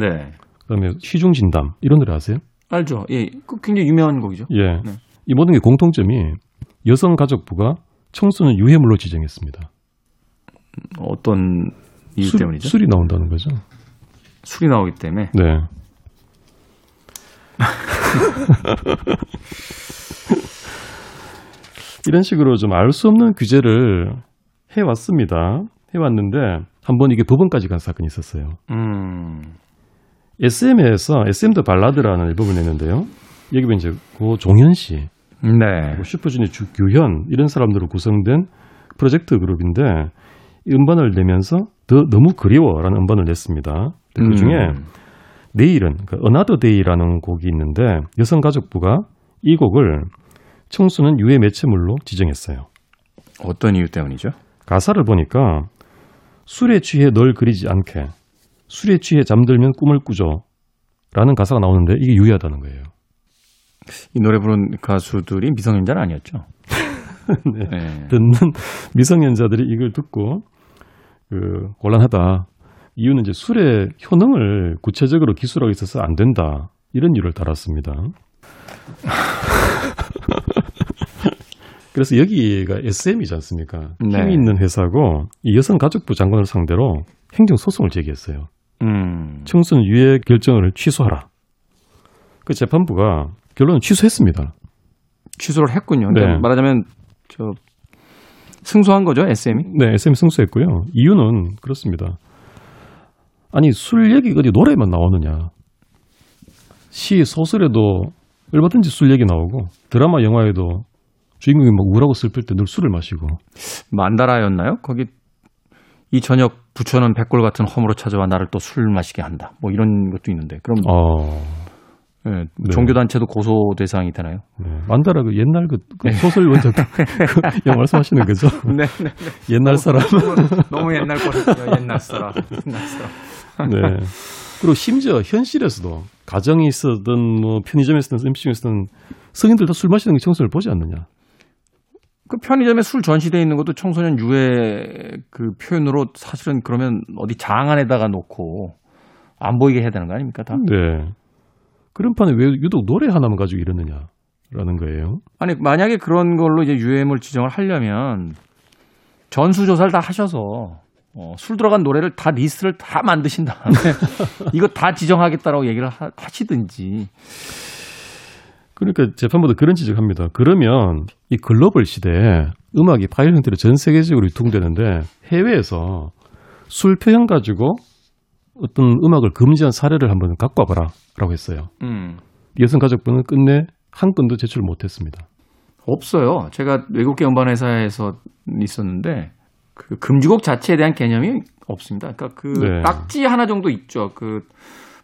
A: 네.
B: 그다음에 시중진담 이런 노래 아세요?
A: 알죠. 예. 그 굉장히 유명한 곡이죠.
B: 예.
A: 네.
B: 이 모든 게 공통점이 여성가족부가 청소는 유해물로 지정했습니다.
A: 어떤 이유
B: 술,
A: 때문이죠?
B: 술이 나온다는 거죠.
A: 술이 나오기 때문에.
B: 네. 이런 식으로 좀 알 수 없는 규제를 해왔습니다. 해왔는데 한 번 이게 법원까지 간 사건이 있었어요.
A: 음.
B: SM에서 SM도 발라드라는 앨범을 냈는데요. 여기 보면 이제 고 종현 씨,
A: 네.
B: 뭐 슈퍼주니어 주규현 이런 사람들로 구성된 프로젝트 그룹인데 이 음반을 내면서 더, 너무 그리워라는 음반을 냈습니다. 그 중에
A: 음.
B: 내일은 그 Another Day라는 곡이 있는데 여성가족부가 이 곡을 청소는 유해 매체물로 지정했어요.
A: 어떤 이유 때문이죠?
B: 가사를 보니까 술에 취해 널 그리지 않게 술에 취해 잠들면 꿈을 꾸죠 라는 가사가 나오는데 이게 유해하다는 거예요.
A: 이 노래 부른 가수들이 미성년자는 아니었죠.
B: 네.
A: 네.
B: 듣는 미성년자들이 이걸 듣고 그 곤란하다. 이유는 이제 술의 효능을 구체적으로 기술하고 있어서 안 된다. 이런 이유를 달았습니다. 그래서 여기가 SM이지 않습니까?
A: 네.
B: 힘이 있는 회사고 이 여성가족부 장관을 상대로 행정 소송을 제기했어요.
A: 음.
B: 청순 유예 결정을 취소하라. 그 재판부가 결론을 취소했습니다.
A: 취소를 했군요.
B: 네.
A: 그러니까 말하자면 저 승소한 거죠, SM이?
B: 네, SM 승소했고요. 이유는 그렇습니다. 아니 술 얘기 어디 노래만 나오느냐? 시 소설에도 얼마든지 술 얘기 나오고 드라마 영화에도 주인공이 막 우울하고 슬플 때 늘 술을 마시고
A: 만다라였나요? 거기 이 저녁 부처는 백골 같은 허물로 찾아와 나를 또 술 마시게 한다. 뭐 이런 것도 있는데 그럼
B: 어
A: 예,
B: 네.
A: 종교 단체도 고소 대상이 되나요?
B: 네. 만다라 그 옛날 그, 그 소설 원작 그 영화 말씀하시는 거죠?
A: 네,
B: 옛날 사람
A: 너무 옛날 거예요. 옛날 사람. 옛날 사람.
B: 네. 그리고 심지어 현실에서도 가정이 있었든 뭐 편의점에서든 음식점에서든 성인들 다 술 마시는 게 청소를 보지 않느냐?
A: 그 편의점에 술 전시돼 있는 것도 청소년 유해 그 표현으로 사실은 그러면 어디 장 안에다가 놓고 안 보이게 해야 되는 거 아닙니까 다?
B: 네. 그런 판에 왜 유독 노래 하나만 가지고 이러느냐라는 거예요.
A: 아니 만약에 그런 걸로 이제 유해물 지정을 하려면 전수 조사를 다 하셔서 어, 술 들어간 노래를 다 리스트를 다 만드신 다음에 이거 다 지정하겠다라고 얘기를 하, 시든지
B: 그러니까 재판부도 그런 지적합니다. 그러면 이 글로벌 시대에 음악이 파일 형태로 전 세계적으로 유통되는데 해외에서 술 표현 가지고 어떤 음악을 금지한 사례를 한번 갖고 와봐라라고 했어요. 여성가족부는 끝내 한 건도 제출 못했습니다.
A: 없어요. 제가 외국계 음반 회사에서 있었는데 그 금지곡 자체에 대한 개념이 없습니다. 그러니까 그
B: 네.
A: 딱지 하나 정도 있죠. 그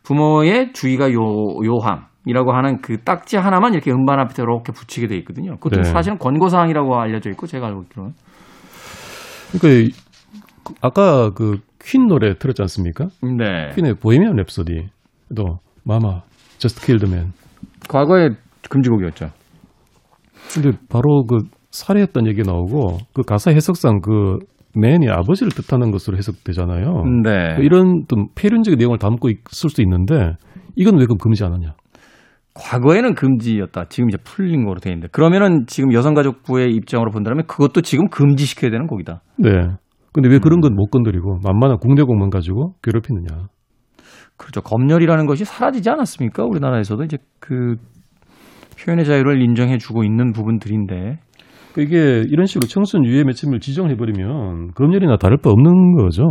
A: 부모의 주의가 요 요함이라고 하는 그 딱지 하나만 이렇게 음반 앞에 이렇게 붙이게 돼 있거든요. 그것도
B: 네.
A: 사실은 권고 사항이라고 알려져 있고 제가 알고 있기로는
B: 그러니까 이- 그- 아까 그 퀸 노래 들었지 않습니까?
A: 네.
B: 퀸의 보헤미안 랩소디 또 마마 저스트 킬드 맨
A: 과거에 금지곡이었죠.
B: 근데 바로 그 살해했다는 얘기 나오고 그 가사 해석상 그 맨이 아버지를 뜻하는 것으로 해석되잖아요. 그
A: 네.
B: 이런 좀 폐륜적인 내용을 담고 있을 수도 있는데 이건 왜 그럼 금지 안 하냐?
A: 과거에는 금지였다. 지금 이제 풀린 거로 돼 있는데. 그러면은 지금 여성가족부의 입장으로 본다면 그것도 지금 금지시켜야 되는 곡이다.
B: 네. 근데 왜 그런 건 못 건드리고 만만한 국내공만 가지고 괴롭히느냐?
A: 그렇죠. 검열이라는 것이 사라지지 않았습니까? 우리나라에서도 이제 그 표현의 자유를 인정해 주고 있는 부분들인데.
B: 그 이게 이런 식으로 청순 유해 매체물 지정을 해버리면 검열이나 다를 바 없는 거죠.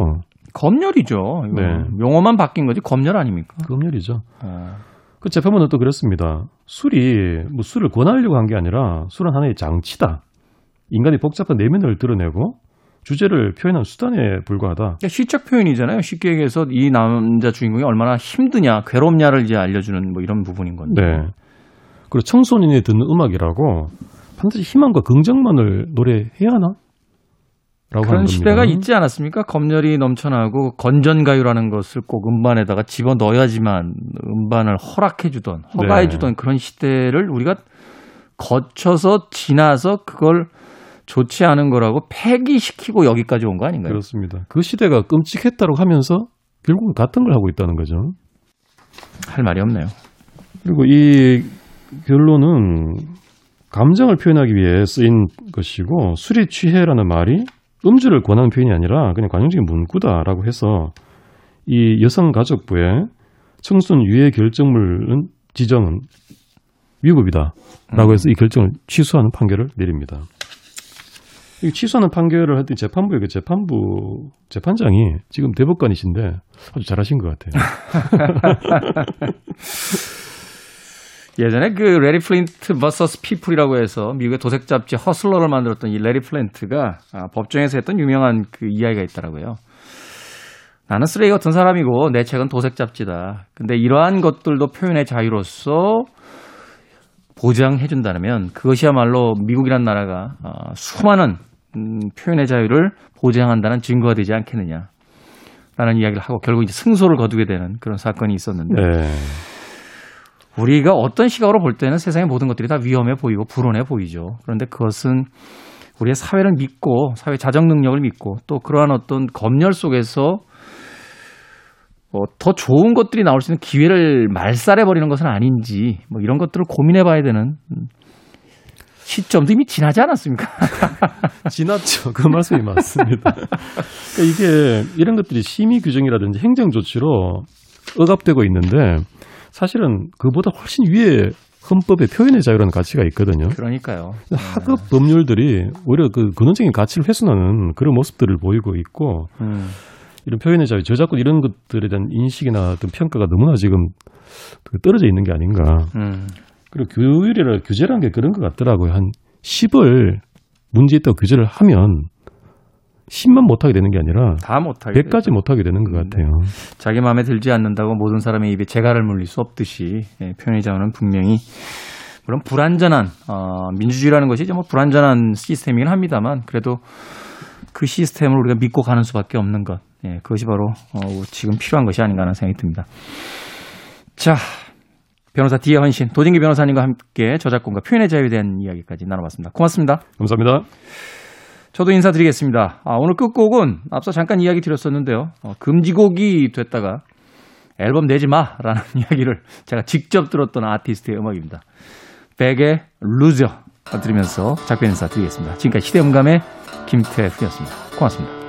A: 검열이죠. 이거.
B: 네.
A: 용어만 바뀐 거지 검열 아닙니까?
B: 검열이죠.
A: 아,
B: 그 재판부는 또 그렇습니다. 술이 뭐 술을 권하려고 한 게 아니라 술은 하나의 장치다. 인간의 복잡한 내면을 드러내고 주제를 표현한 수단에 불과하다.
A: 그러니까 시적 표현이잖아요. 쉽게 얘기해서 이 남자 주인공이 얼마나 힘드냐, 괴롭냐를 이제 알려주는 뭐 이런 부분인 건데.
B: 네. 그리고 청소년이 듣는 음악이라고 반드시 희망과 긍정만을 노래해야 하나?
A: 그런
B: 라고 하는 겁니다.
A: 시대가 있지 않았습니까? 검열이 넘쳐나고 건전가요라는 것을 꼭 음반에다가 집어 넣어야지만 음반을
B: 네.
A: 허락해주던 허가해주던 그런 시대를 우리가 거쳐서 지나서 그걸 좋지 않은 거라고 폐기시키고 여기까지 온 거 아닌가요?
B: 그렇습니다. 그 시대가 끔찍했다고 하면서 결국은 같은 걸 하고 있다는 거죠.
A: 할 말이 없네요.
B: 그리고 이 결론은 감정을 표현하기 위해 쓰인 것이고 술이 취해라는 말이 음주를 권하는 표현이 아니라 그냥 관용적인 문구다라고 해서 이 여성가족부의 청순 유해 결정물은 지정은 위법이다라고 해서 이 결정을 취소하는 판결을 내립니다. 이 취소하는 판결을 할 때 재판부의 그 재판부 재판장이 지금 대법관이신데 아주 잘하신 것 같아요.
A: 예전에 그 레리 플린트 vs 피플이라고 해서 미국의 도색 잡지 허슬러를 만들었던 이 레리 플린트가 아, 법정에서 했던 유명한 그 이야기가 있더라고요. 나는 쓰레기 같은 사람이고 내 책은 도색 잡지다. 근데 이러한 것들도 표현의 자유로서 보장해 준다면 그것이야말로 미국이란 나라가 아, 수많은 음, 표현의 자유를 보장한다는 증거가 되지 않겠느냐라는 이야기를 하고 결국 이제 승소를 거두게 되는 그런 사건이 있었는데
B: 네.
A: 우리가 어떤 시각으로 볼 때는 세상의 모든 것들이 다 위험해 보이고 불온해 보이죠. 그런데 그것은 우리의 사회를 믿고 사회 자정 능력을 믿고 또 그러한 어떤 검열 속에서 어, 더 좋은 것들이 나올 수 있는 기회를 말살해 버리는 것은 아닌지 뭐 이런 것들을 고민해 봐야 되는 음, 시점도 이미 지나지 않았습니까?
B: 지났죠. 그 말씀이 맞습니다. 그러니까 이게 이런 것들이 심의 규정이라든지 행정 조치로 억압되고 있는데 사실은 그보다 훨씬 위에 헌법의 표현의 자유라는 가치가 있거든요.
A: 그러니까요.
B: 하급 법률들이 오히려 그 근원적인 가치를 훼손하는 그런 모습들을 보이고 있고
A: 음,
B: 이런 표현의 자유, 저작권 이런 것들에 대한 인식이나 어떤 평가가 너무나 지금 그 떨어져 있는 게 아닌가.
A: 음.
B: 그리고 규율이라 규제라는 게 그런 것 같더라고요. 한 10을 문제 있다고 규제를 하면 10만 못하게 되는 게 음. 아니라
A: 다 못하게
B: 100까지 못하게 되는 것 같아요.
A: 자기 마음에 들지 않는다고 모든 사람의 입에 재갈을 물릴 수 없듯이 예, 표현의 자유는 분명히 물론 불완전한 어, 민주주의라는 것이 정말 불완전한 시스템이긴 합니다만 그래도 그 시스템을 우리가 믿고 가는 수밖에 없는 것 예, 그것이 바로 어, 지금 필요한 것이 아닌가 하는 생각이 듭니다. 자 변호사 디에 헌신 도진기 변호사님과 함께 저작권과 표현의 자유에 대한 이야기까지 나눠봤습니다. 고맙습니다.
B: 감사합니다.
A: 저도 인사드리겠습니다. 아, 오늘 끝곡은 앞서 잠깐 이야기 드렸었는데요. 어, 금지곡이 됐다가 앨범 내지 마라는 이야기를 제가 직접 들었던 아티스트의 음악입니다. 백의 루저 들으면서 작별 인사 드리겠습니다. 지금까지 시대음감의 김태훈이었습니다. 고맙습니다.